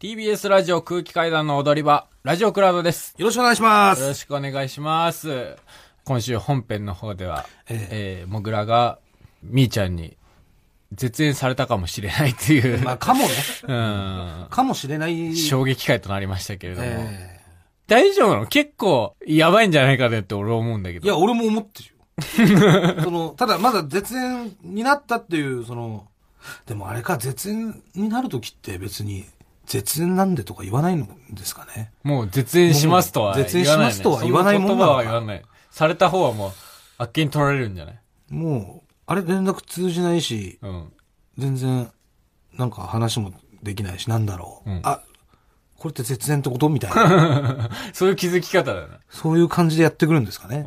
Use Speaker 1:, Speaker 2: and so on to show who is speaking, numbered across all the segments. Speaker 1: TBS ラジオ空気階段の踊り場、ラジオクラウドです。
Speaker 2: よろしくお願いしま
Speaker 1: よろ
Speaker 2: す。
Speaker 1: しくお願いします。今週本編の方では、えー、もぐらが、みーちゃんに、絶縁されたかもしれないっていう、
Speaker 2: まあ、かもね。
Speaker 1: うん、
Speaker 2: かもしれない。
Speaker 1: 衝撃回となりましたけれども。
Speaker 2: え
Speaker 1: 大丈夫なの結構、やばいんじゃないかねって俺は思うんだけ
Speaker 2: え
Speaker 1: ど。
Speaker 2: いや、俺も思って るよ。その、ただまだ絶縁になったっていう、その、でもあれか、絶縁になるときって別に、絶縁なんでとか言わないんですかね。
Speaker 1: もう絶縁しますとは言わない、ね。
Speaker 2: 絶縁しますとは言わないもんなの
Speaker 1: そ
Speaker 2: か
Speaker 1: 言葉は言わない。された方はもう、あっけに取られるんじゃない
Speaker 2: もう、あれ連絡通じないし、
Speaker 1: うん。
Speaker 2: 全然、なんか話もできないし、なんだろう。
Speaker 1: うん
Speaker 2: あ、これって絶縁ってことみたい な。
Speaker 1: そういう気づき方だよね。
Speaker 2: そういう感じでやってくるんですかね。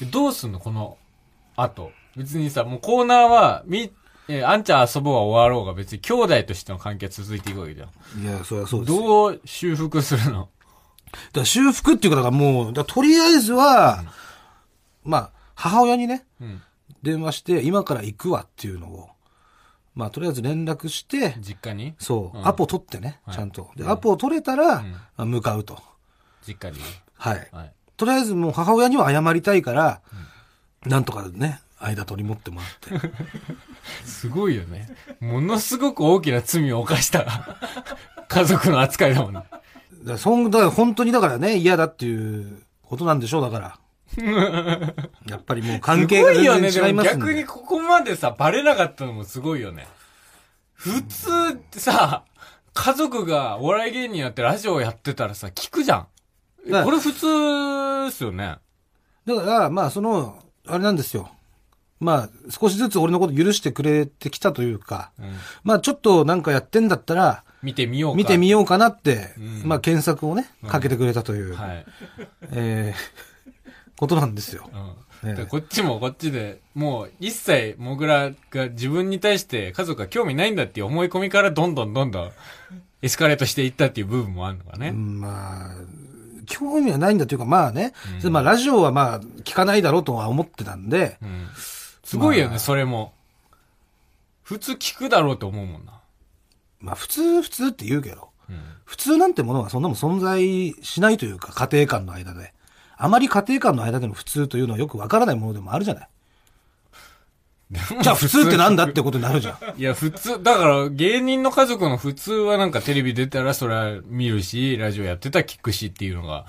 Speaker 1: うん、どうすんのこの後。別にさ、もうコーナーは、み、えーあんちゃん遊ぼうは終わろうが別に兄弟としての関係は続いていくわけじゃん。
Speaker 2: いや、そりゃそうですよ。
Speaker 1: どう修復するの
Speaker 2: だから修復っていうか、だからもう、だからとりあえずは、まあ、母親にね、
Speaker 1: うん。
Speaker 2: 電話して、今から行くわっていうのを、まあ、とりあえず連絡して、
Speaker 1: 実家に
Speaker 2: そう、
Speaker 1: うん
Speaker 2: アポ取ってね、
Speaker 1: はい
Speaker 2: ちゃんと。で、アポを取れたら、
Speaker 1: ん
Speaker 2: まあ向かうと。
Speaker 1: 実家に。
Speaker 2: はい。
Speaker 1: はい。
Speaker 2: とりあえずもう母親には謝りたいから、なんとかね、間取り持ってもらって。
Speaker 1: すごいよね。ものすごく大きな罪を犯した 家族の扱いだもんね。
Speaker 2: だからそんだから本当にだからね、嫌だっていうことなんでしょう、だから。やっぱりもう関係が
Speaker 1: すごいよ
Speaker 2: 全
Speaker 1: ね。
Speaker 2: 然違
Speaker 1: で
Speaker 2: い
Speaker 1: も
Speaker 2: ますん
Speaker 1: 逆に
Speaker 2: で。
Speaker 1: ここまでさ、バレなかったのもすごいよね。普通ってさ、家族がお笑い芸人やってラジオやってたらさ、聞くじゃん。
Speaker 2: はい
Speaker 1: これ普通っすよね。
Speaker 2: だから、まあ、その、あれなんですよ。まあ、少しずつ俺のこと許してくれてきたというか、
Speaker 1: うん
Speaker 2: まあ、ちょっとなんかやってんだったら、
Speaker 1: 見てみようか。
Speaker 2: 見てみようかなって、
Speaker 1: うん
Speaker 2: まあ、検索をね、かけてくれたという、
Speaker 1: はい。
Speaker 2: えーことなんですよ。
Speaker 1: う
Speaker 2: え
Speaker 1: ん。
Speaker 2: え
Speaker 1: だからこっちもこっちで、もう一切モグラが自分に対して家族が興味ないんだっていう思い込みからどんどんどんどんエスカレートしていったっていう部分もあるのかね。
Speaker 2: うんまあ、興味はないんだというか、まあね、まあ、ラジオはまあ、聞かないだろうとは思ってたんで、
Speaker 1: うんすごいよね、
Speaker 2: まあ
Speaker 1: それも。普通聞くだろうと思うもんな。
Speaker 2: まあ、普通、普通って言うけど、
Speaker 1: うん
Speaker 2: 普通なんてものはそんなもん存在しないというか、家庭間の間で。あまり家庭間の間での普通というのはよくわからないものでもあるじ ゃない。じゃあ普通ってなんだってことになるじゃ
Speaker 1: い
Speaker 2: ん。
Speaker 1: や、普通、だから芸人の家族の普通はなんかテレビ出たらそれは見るし、ラジオやってたら聞くしっていうのが、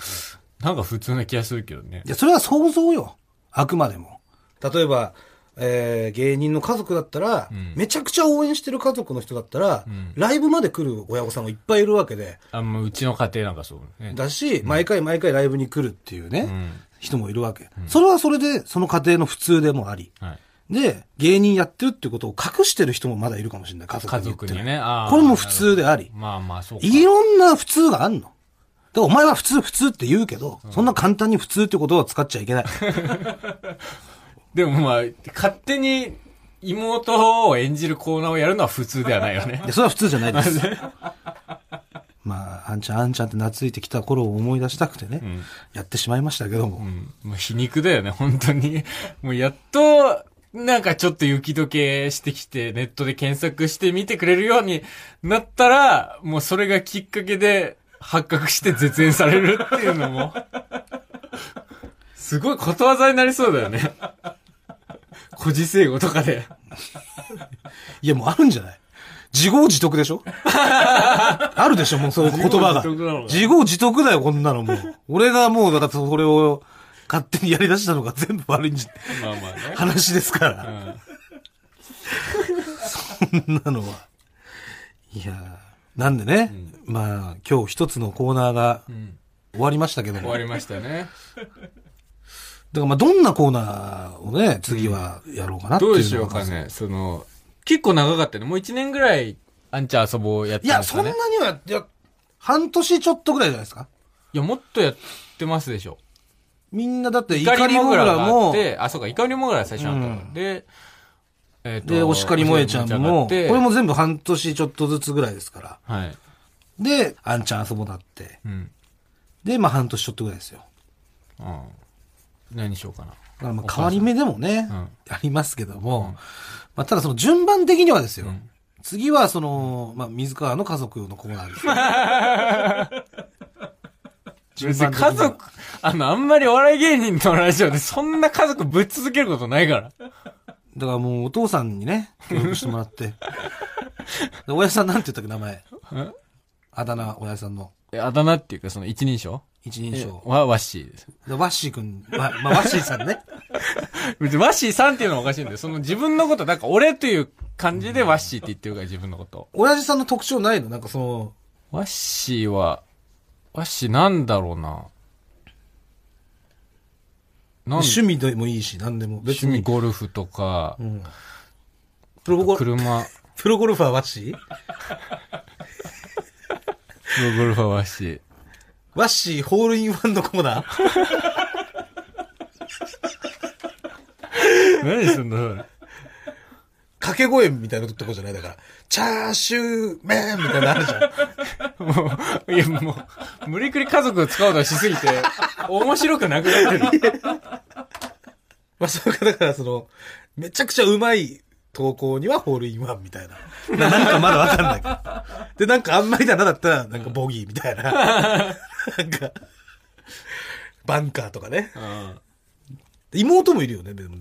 Speaker 1: なんか普通な気がするけどね
Speaker 2: い。や、それは想像よ。あくまでも。例えば、えー芸人の家族だったら、
Speaker 1: ん
Speaker 2: めちゃくちゃ応援してる家族の人だったら、
Speaker 1: ん
Speaker 2: ライブまで来る親御さんがいっぱいいるわけで、
Speaker 1: あんまうちの家庭なんかそうね。
Speaker 2: だし、毎回毎回ライブに来るっていうね、
Speaker 1: ん
Speaker 2: 人もいるわけ。それはそれで、その家庭の普通でもあり。
Speaker 1: はい。
Speaker 2: で、芸人やってるってことを隠してる人もまだいるかもしれない、家族
Speaker 1: 家
Speaker 2: に言って
Speaker 1: 族
Speaker 2: ね。
Speaker 1: にね。あー
Speaker 2: これも普通であり。
Speaker 1: まあまあ、そうか。
Speaker 2: いろんな普通があんの。だからお前は普通普通って言うけど、そんな簡単に普通ってことは使っちゃいけ ない。
Speaker 1: でもまあ、勝手に妹を演じるコーナーをやるのは普通ではないよね
Speaker 2: い。やそれは普通じゃな いです。まあ、あんちゃん、あんちゃんって懐いてきた頃を思い出したくてね、
Speaker 1: ん
Speaker 2: やってしまいましたけども。
Speaker 1: うん。もう皮肉だよね、本当に。 もうやっと、なんかちょっと雪解けしてきて、ネットで検索して見てくれるようになったら、もうそれがきっかけで発覚して絶縁されるっていうのも。 すごいことわざになりそうだよね。 孤児生語とかで。
Speaker 2: いや、もうあるんじゃない自業自得で しょあるでしょもうそういう言葉が
Speaker 1: 自業自得なのか。
Speaker 2: 自業自得だよ、こんなのもう。俺がもう、だからそれを勝手にやり出したのが全部悪いんじ
Speaker 1: まあまあね。
Speaker 2: 話ですから。
Speaker 1: うん
Speaker 2: そんなのは。いやーなんでね、まあ、今日一つのコーナーが
Speaker 1: ん
Speaker 2: 終わりましたけど
Speaker 1: 終
Speaker 2: も。
Speaker 1: わ
Speaker 2: だか
Speaker 1: りましたね。
Speaker 2: らまあ、どんなコーナーをね、次はやろうかなってい
Speaker 1: ど
Speaker 2: うの
Speaker 1: う
Speaker 2: が
Speaker 1: しようか。ね。その、結構長かったね。もう一年ぐらい、アンチャー遊ぼうやっ
Speaker 2: い
Speaker 1: て
Speaker 2: や、
Speaker 1: まし
Speaker 2: そ
Speaker 1: た
Speaker 2: んな
Speaker 1: ね
Speaker 2: に。は、いや、半年ちょっとぐらいじゃないですか。
Speaker 1: いや、もっとやってますでしょ。
Speaker 2: みんなだって、
Speaker 1: 怒
Speaker 2: 怒
Speaker 1: り
Speaker 2: り
Speaker 1: モ
Speaker 2: モ
Speaker 1: グ
Speaker 2: グ
Speaker 1: ラ
Speaker 2: ラ
Speaker 1: があっ
Speaker 2: も、
Speaker 1: て、あ、そうか、怒りモグラが最初にあったの、で、えっ、
Speaker 2: で、お叱り萌えちゃんも、こ
Speaker 1: で
Speaker 2: れも全部半年ちょっとずつぐらいですから。
Speaker 1: はい。
Speaker 2: で、あんちゃん遊ぼうだって。
Speaker 1: うん。
Speaker 2: で、まあ半年ちょっとぐらいですよ。
Speaker 1: うん。何しようかな。
Speaker 2: だからまあ変わり目でもね、
Speaker 1: さん
Speaker 2: ありますけども、まあただその順番的にはですよ、次は、その、まあ、水川の家族のコーナーです よ。順
Speaker 1: 別
Speaker 2: 番
Speaker 1: に
Speaker 2: 的には
Speaker 1: 家族、あの、あんまりお笑い芸人のラジオでそんな家族ぶっ続けることないから。
Speaker 2: だからもうお父さんにね、協力してもら って。で、親父さんなんて言ったっけ、名前。あだ名、親父さんの
Speaker 1: えあだ名っていうか、その一人称
Speaker 2: 一人称。
Speaker 1: は、ワッシーです。
Speaker 2: でワッシーくん、ま、まあ、ワッシーさんね。
Speaker 1: 別にワッシーさんっていうのはおかしいんだよ。その自分のこと、なんか俺という感じでワッシーって言ってるから自分のこと。
Speaker 2: 親父さんの特徴ないのなんかその、
Speaker 1: ワッシーは、ワッシーなんだろうな。なん
Speaker 2: 趣味でもいいし、何でも。別
Speaker 1: 趣
Speaker 2: に
Speaker 1: 味。ゴルフとか、
Speaker 2: プロゴル、
Speaker 1: 車、
Speaker 2: プロゴルファーワッシー
Speaker 1: プロゴルファーワッシー。
Speaker 2: ワッシーホールインワンのコーナ ー
Speaker 1: 何すんだそれ。
Speaker 2: 掛け声みたいなとこじゃないだから。チャーシューメンみたいなのあるじゃん。
Speaker 1: もう、いやもう、無理くり家族を使おうとしすぎて、面白くなくなってる。
Speaker 2: まあ、それか、だからその、めちゃくちゃうまい投稿にはホールインワンみたいな。ななんかまだわかんないけど。で、なんかあんまりだなだったら、なんかボギーみたいな。 なんか、バンカーとかね。妹もいるよね、でも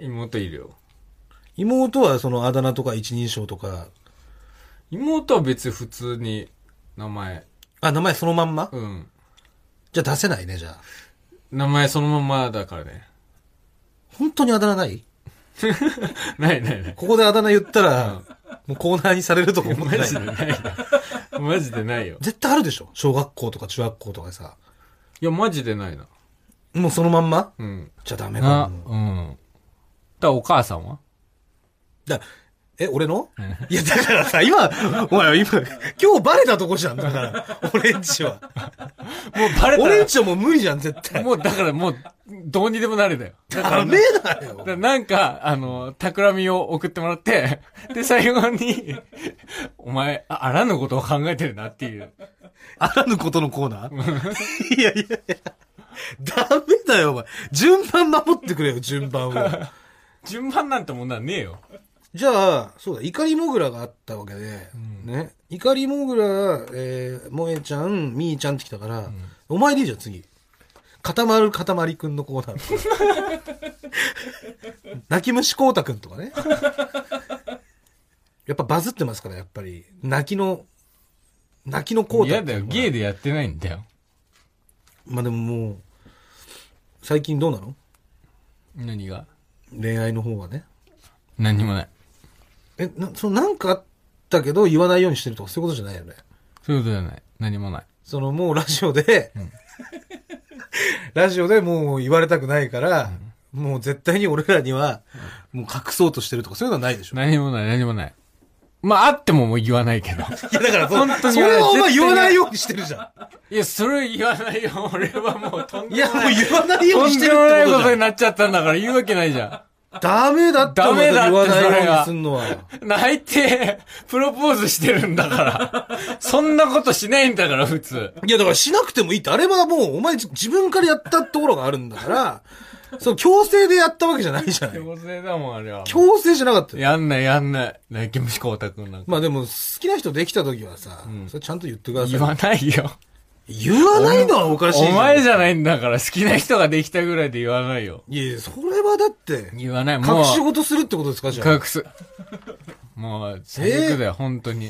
Speaker 1: 妹いるよ。
Speaker 2: 妹はそのあだ名とか一人称とか、
Speaker 1: 妹は別に普通に、名前。
Speaker 2: あ、名前そのまんま
Speaker 1: うん。
Speaker 2: じゃあ出せないね、じゃあ。
Speaker 1: 名前そのままだからね。
Speaker 2: 本当にあだ名ない
Speaker 1: ないないない。
Speaker 2: ここであだ名言ったら、もうコーナーにされるとか思っ
Speaker 1: マ
Speaker 2: てない
Speaker 1: ジ。でないな。マジでないよ。
Speaker 2: 絶対あるでしょ小学校とか中学校とかでさ。
Speaker 1: いや、マジでないな。
Speaker 2: もうそのまんま
Speaker 1: うん。
Speaker 2: じゃあダメか
Speaker 1: な、
Speaker 2: な
Speaker 1: う。ん。だ、お母さんは
Speaker 2: だえ、俺のいや、だからさ、今、お前、今、今日バレたとこじゃん、だから、俺んちは。
Speaker 1: もうバレ
Speaker 2: 俺んちはもう無理じゃん、絶対。
Speaker 1: もうだからもう、どうにでもなれだよ。だか
Speaker 2: ダ
Speaker 1: ら
Speaker 2: メだよ
Speaker 1: だか。らなんか、あの、企みを送ってもらって、で、最後に、お前、ああらぬことを考えてるなっていう。
Speaker 2: あらぬことのコーナーいやいやいや。ダメだよ、お前。順番守ってくれよ、順番を。
Speaker 1: 順番なんてもんなんねえよ。
Speaker 2: じゃあ、そうだ、怒りもぐらがあったわけで、ね。怒りもぐら、えー、萌えちゃん、みーちゃんってきたから、お前でいいじゃん、次。固まる固まりくんのコーナー。 泣き虫こうたくんとかね。やっぱバズってますから、やっぱり。泣きの、泣きのこうた
Speaker 1: 嫌だよ。ゲーでやってないんだよ。
Speaker 2: まあでももう、最近どうなの
Speaker 1: 何が
Speaker 2: 恋愛の方はね。
Speaker 1: 何にもない。
Speaker 2: え、な、そのなんかあったけど言わないようにしてるとかそういうことじゃないよね。
Speaker 1: そういうことじゃない。何もない。
Speaker 2: そのもうラジオで、ラジオでもう言われたくないから、もう絶対に俺らには、もう隠そうとしてるとかそういうのはないでしょ。
Speaker 1: 何もない、何もない。まあ、あってももう言わない けど。
Speaker 2: いやだからそ、
Speaker 1: 本当に
Speaker 2: それは
Speaker 1: 絶
Speaker 2: お
Speaker 1: 対
Speaker 2: 前
Speaker 1: に
Speaker 2: 言わないようにしてるじゃ
Speaker 1: いや、それ言わないよ。俺はもうとん
Speaker 2: ん。い
Speaker 1: で
Speaker 2: や
Speaker 1: も
Speaker 2: も
Speaker 1: な
Speaker 2: う
Speaker 1: い。
Speaker 2: 言わないよう
Speaker 1: と
Speaker 2: にし
Speaker 1: ん
Speaker 2: て
Speaker 1: で
Speaker 2: るっ
Speaker 1: もな
Speaker 2: て
Speaker 1: い
Speaker 2: こ
Speaker 1: ことと
Speaker 2: じ
Speaker 1: になっちゃったんだから言うわけないじゃ
Speaker 2: ゃん。ダメだってお前
Speaker 1: ダメだって
Speaker 2: 言わない
Speaker 1: それ
Speaker 2: よう
Speaker 1: が
Speaker 2: にすんのは。
Speaker 1: ん。泣いて、プロポーズしてるんだ から。そんなことしないんだから、普通。
Speaker 2: いやだからしなくてもいいって、あれはもうお前自分からやったところがあるんだ から、そう強制でやったわけじゃないじゃない。
Speaker 1: 強制だもん、あれは。
Speaker 2: 強制じゃなかったよ。
Speaker 1: やんない、やんない。泣き虫こうたくんなんか。
Speaker 2: まあでも好きな人できた時はさ、それちゃんと言ってください
Speaker 1: 言。わないよ。
Speaker 2: 言わないのはおかしい
Speaker 1: お前じゃないいんだから、好きな人ができたぐらいで言わないよ。
Speaker 2: いやいや、それはだって、
Speaker 1: 言わない、もう
Speaker 2: 隠。し事するってことですかじゃあ。
Speaker 1: 隠す。もう、最悪だよ、本当に。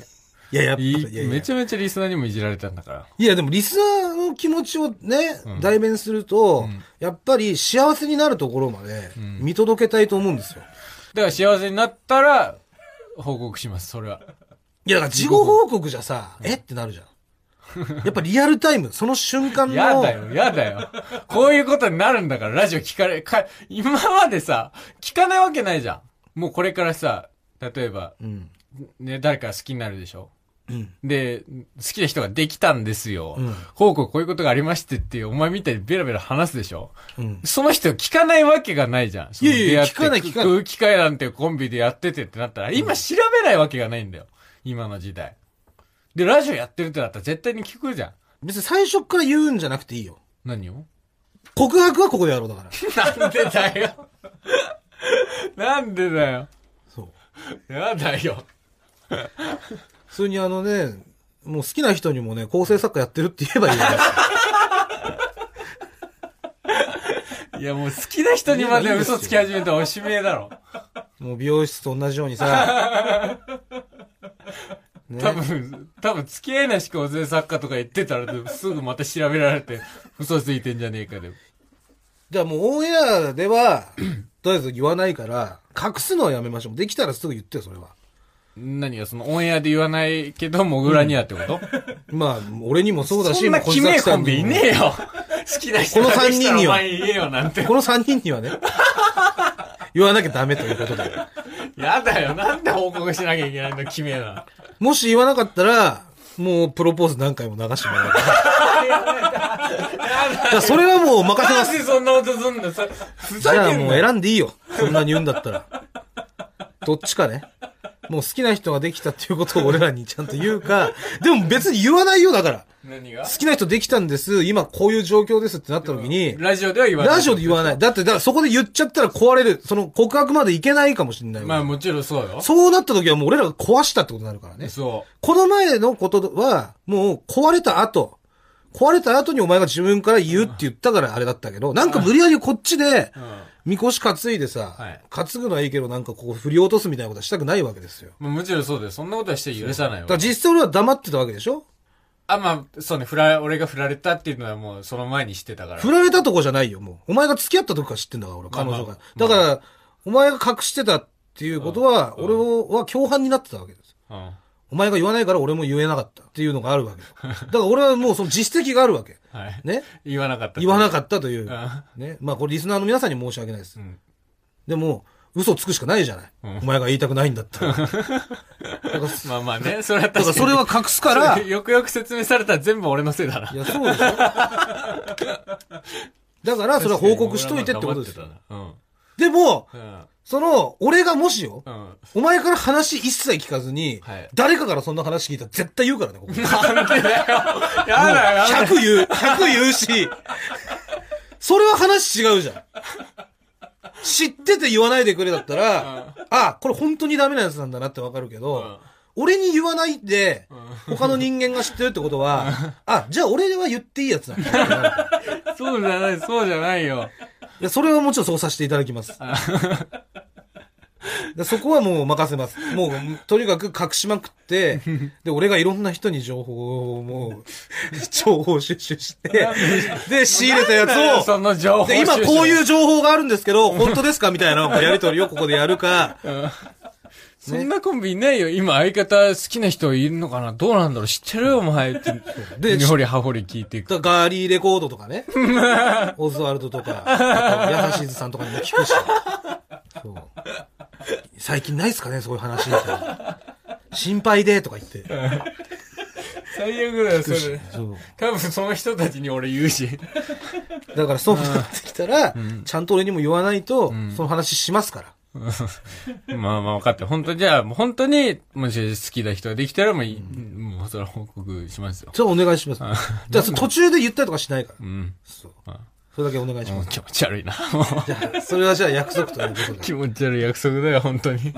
Speaker 2: いや、やっぱ、
Speaker 1: い
Speaker 2: い
Speaker 1: い
Speaker 2: やいや
Speaker 1: めちゃめちゃリスナーにもいじられたんだから。
Speaker 2: いや、でもリスナーの気持ちをね、代弁すると、やっぱり幸せになるところまで見届けたいと思うんですよ。
Speaker 1: だから幸せになったら、報告します、それは。
Speaker 2: いや、だから事後報告じゃさ、えってなるじゃん。やっぱリアルタイム、その瞬間の。
Speaker 1: やだよ、やだよ。こういうことになるんだから、ラジオ聞かれ、か、今までさ、聞かないわけないじゃん。もうこれからさ、例えば、
Speaker 2: うん。
Speaker 1: ね、誰か好きになるでしょ
Speaker 2: うん。
Speaker 1: で、好きな人ができたんですよ。
Speaker 2: うん
Speaker 1: 報告こういうことがありましてって、お前みたいにベラベラ話すでしょ
Speaker 2: うん。
Speaker 1: その人聞かないわけがないじゃん。その
Speaker 2: いやいや
Speaker 1: 出会って
Speaker 2: 聞かない聞かない
Speaker 1: 空気会なんてコンビでやっててってなったら、今調べないわけがないんだよ。今の時代。で、ラジオやってるってなったら絶対に聞くじゃん。
Speaker 2: 別に最初から言うんじゃなくていいよ。
Speaker 1: 何を
Speaker 2: 告白はここでやろうだから。
Speaker 1: なんでだよ。なんでだよ。
Speaker 2: そう。
Speaker 1: やだよ。
Speaker 2: 普通にあのね、もう好きな人にもね、構成作家やってるって言えばいいわけですよ。
Speaker 1: いや、もう好きな人にまで嘘つき始めたらおしめえだろ。
Speaker 2: もう美容室と同じようにさ。 ね
Speaker 1: 多分、多分付き合いなし構成作家とか言ってたら、すぐまた調べられて、嘘ついてんじゃねえかで。
Speaker 2: じゃあもうオンエアでは、 とりあえず言わないから、隠すのはやめましょう。できたらすぐ言ってよ、それは。
Speaker 1: 何がそのオンエアで言わないけど、もぐらにはってこと、
Speaker 2: まあ、俺にもそうだし、
Speaker 1: そんな
Speaker 2: もう小
Speaker 1: キメえ
Speaker 2: 崎
Speaker 1: コ
Speaker 2: さん
Speaker 1: ン
Speaker 2: にも
Speaker 1: ビいねえよ。好きな人
Speaker 2: この三人には
Speaker 1: ができたらお前言えよなんて。
Speaker 2: この3人にはね、 言わなきゃダメということで。
Speaker 1: やだよ。なんで報告しなきゃいけないんだ、キメえな。
Speaker 2: もし言わなかったら、もうプロポーズ何回も流してもらう。だからそれはもう任せま
Speaker 1: な
Speaker 2: す
Speaker 1: ん。でそんなことすんだそふ
Speaker 2: じ
Speaker 1: ざ
Speaker 2: ゃ
Speaker 1: け
Speaker 2: あ
Speaker 1: ん
Speaker 2: もう
Speaker 1: な
Speaker 2: 選んでいいよ。そんなに言うんだったら。どっちかね。もう好きな人ができたっていうことを俺らにちゃんと言うか、でも別に言わないよ、だから。
Speaker 1: 何が
Speaker 2: 好きな人できたんです、今こういう状況ですってなった時に、
Speaker 1: ラジオでは言わない。
Speaker 2: ラジオで言わない。だって、だからそこで言っちゃったら壊れる。その告白までいけないかもしれない。
Speaker 1: まあもちろんそうよ。
Speaker 2: そうなった時はもう俺らが壊したってことになるからね。
Speaker 1: そ
Speaker 2: この前のことは、もう壊れた後、壊れた後にお前が自分から言うって言ったからあれだったけど、なんか無理やりこっちで
Speaker 1: う。う、ん。
Speaker 2: みこし担いでさ、
Speaker 1: はい
Speaker 2: 担ぐのはいいけどなんかここ振り落とすみたいなことはしたくないわけですよ。
Speaker 1: まあ、もちろんそうだよ。そんなことはして許さない
Speaker 2: だ
Speaker 1: わ
Speaker 2: から。実際俺は黙ってたわけでしょ
Speaker 1: あ、まあ、そうね、振ら、俺が振られたっていうのはもうその前に知ってたから。
Speaker 2: 振られたとこじゃないよ、もう。お前が付き合ったとこから知ってんだから、俺、
Speaker 1: まあ
Speaker 2: 彼
Speaker 1: まあ
Speaker 2: 女が。だから、お前が隠してたっていうことは、
Speaker 1: うん
Speaker 2: 俺は共犯になってたわけです。
Speaker 1: うん。
Speaker 2: お前が言わないから俺も言えなかったっていうのがあるわ けよ。だから俺はもうその実績があるわけ。
Speaker 1: はい。
Speaker 2: ね。
Speaker 1: 言わなかった。
Speaker 2: 言わな
Speaker 1: かっ
Speaker 2: かったという。ね。まあこれリスナーの皆さんに申し訳ないです
Speaker 1: う。ん。
Speaker 2: でも、嘘をつくしかないじゃない。
Speaker 1: うん
Speaker 2: お前が言いたくないんだ ったら。だか
Speaker 1: まあまあね、それは確からに。
Speaker 2: それは隠すから、
Speaker 1: それよくよく説明されたら全部俺のせいだな。
Speaker 2: いや、そうでしょ。だから、それは報告しといてってことですよ。
Speaker 1: 確かに俺は黙って
Speaker 2: でも、
Speaker 1: たな
Speaker 2: その、俺がもしよ、
Speaker 1: うん。うん。うん。
Speaker 2: お前から話一切聞かずに、
Speaker 1: はい
Speaker 2: 誰かからそんな話聞いたら絶対言うか らね、ここ。
Speaker 1: なんでだよ。やだよ、やだよ。
Speaker 2: 100言う、100言うし、それは話違うじゃん。知ってて言わないでくれだったら、あ、これ本当にダメなやつなんだなってわかるけど、俺に言わないで、他の人間が知ってるってことは、あ、じゃあ俺は言っていいやつなんだな。
Speaker 1: うんそうじゃない、そうじゃないよ。
Speaker 2: いや、それはもちろんそうさせていただき ます。でそこはもう任せます。もう、とにかく隠しまくって、で、俺がいろんな人に情報 をもう、情報収集して、で、仕入れたやつ
Speaker 1: そ
Speaker 2: を、
Speaker 1: の情報
Speaker 2: で、今こう
Speaker 1: う。
Speaker 2: いう情報があるんですけど、本当ですかみたいなやりとりをここでや るか、
Speaker 1: そんなコンビいないよ。今相方好きな人いるのかなどうなんだろう知ってるよ、お前って。
Speaker 2: で
Speaker 1: で、 根掘り葉掘り聞いていく。
Speaker 2: だガーリーレコードとかね。オズワルド とか、あとヤハシーズさんとかにも聞くし。そう。最近ないっすかね、そういう話みたいな。心配で、とか言って。
Speaker 1: 最悪だよ、それ。
Speaker 2: そう。
Speaker 1: 多分その人たちに俺言うし。
Speaker 2: だからそうなってきたら、ちゃんと俺にも言わないと、その話しますから。
Speaker 1: まあまあ分かって。本当じゃあ、もう本当に、もし好きな人ができたら、もうい、もうそれは報告しますよ。
Speaker 2: じゃあお願いします。じゃあその途中で言ったりとかしないから
Speaker 1: う。ん。
Speaker 2: そう
Speaker 1: あ。
Speaker 2: それだけお願いし
Speaker 1: も
Speaker 2: ま
Speaker 1: う
Speaker 2: す。
Speaker 1: 気持ち悪いな。 もう
Speaker 2: じゃあ、それはじゃあ約束という こと
Speaker 1: 気
Speaker 2: で。
Speaker 1: 持ち悪い約束だよ、本当に。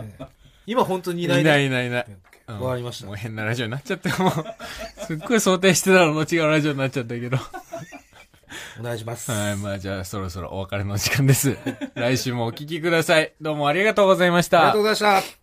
Speaker 2: 今本当にい
Speaker 1: い
Speaker 2: な
Speaker 1: ないいい
Speaker 2: ね
Speaker 1: ないいない。うん
Speaker 2: わかりました
Speaker 1: もう変なラジオになっちゃって、もう。すっごい想定してたのの違うラジオになっちゃったけど。
Speaker 2: お願いします。
Speaker 1: はい、まあじゃあそろそろお別れの時間です。来週もお聞きください。どうもありがとうございまし
Speaker 2: あり
Speaker 1: た
Speaker 2: がとう。ございました。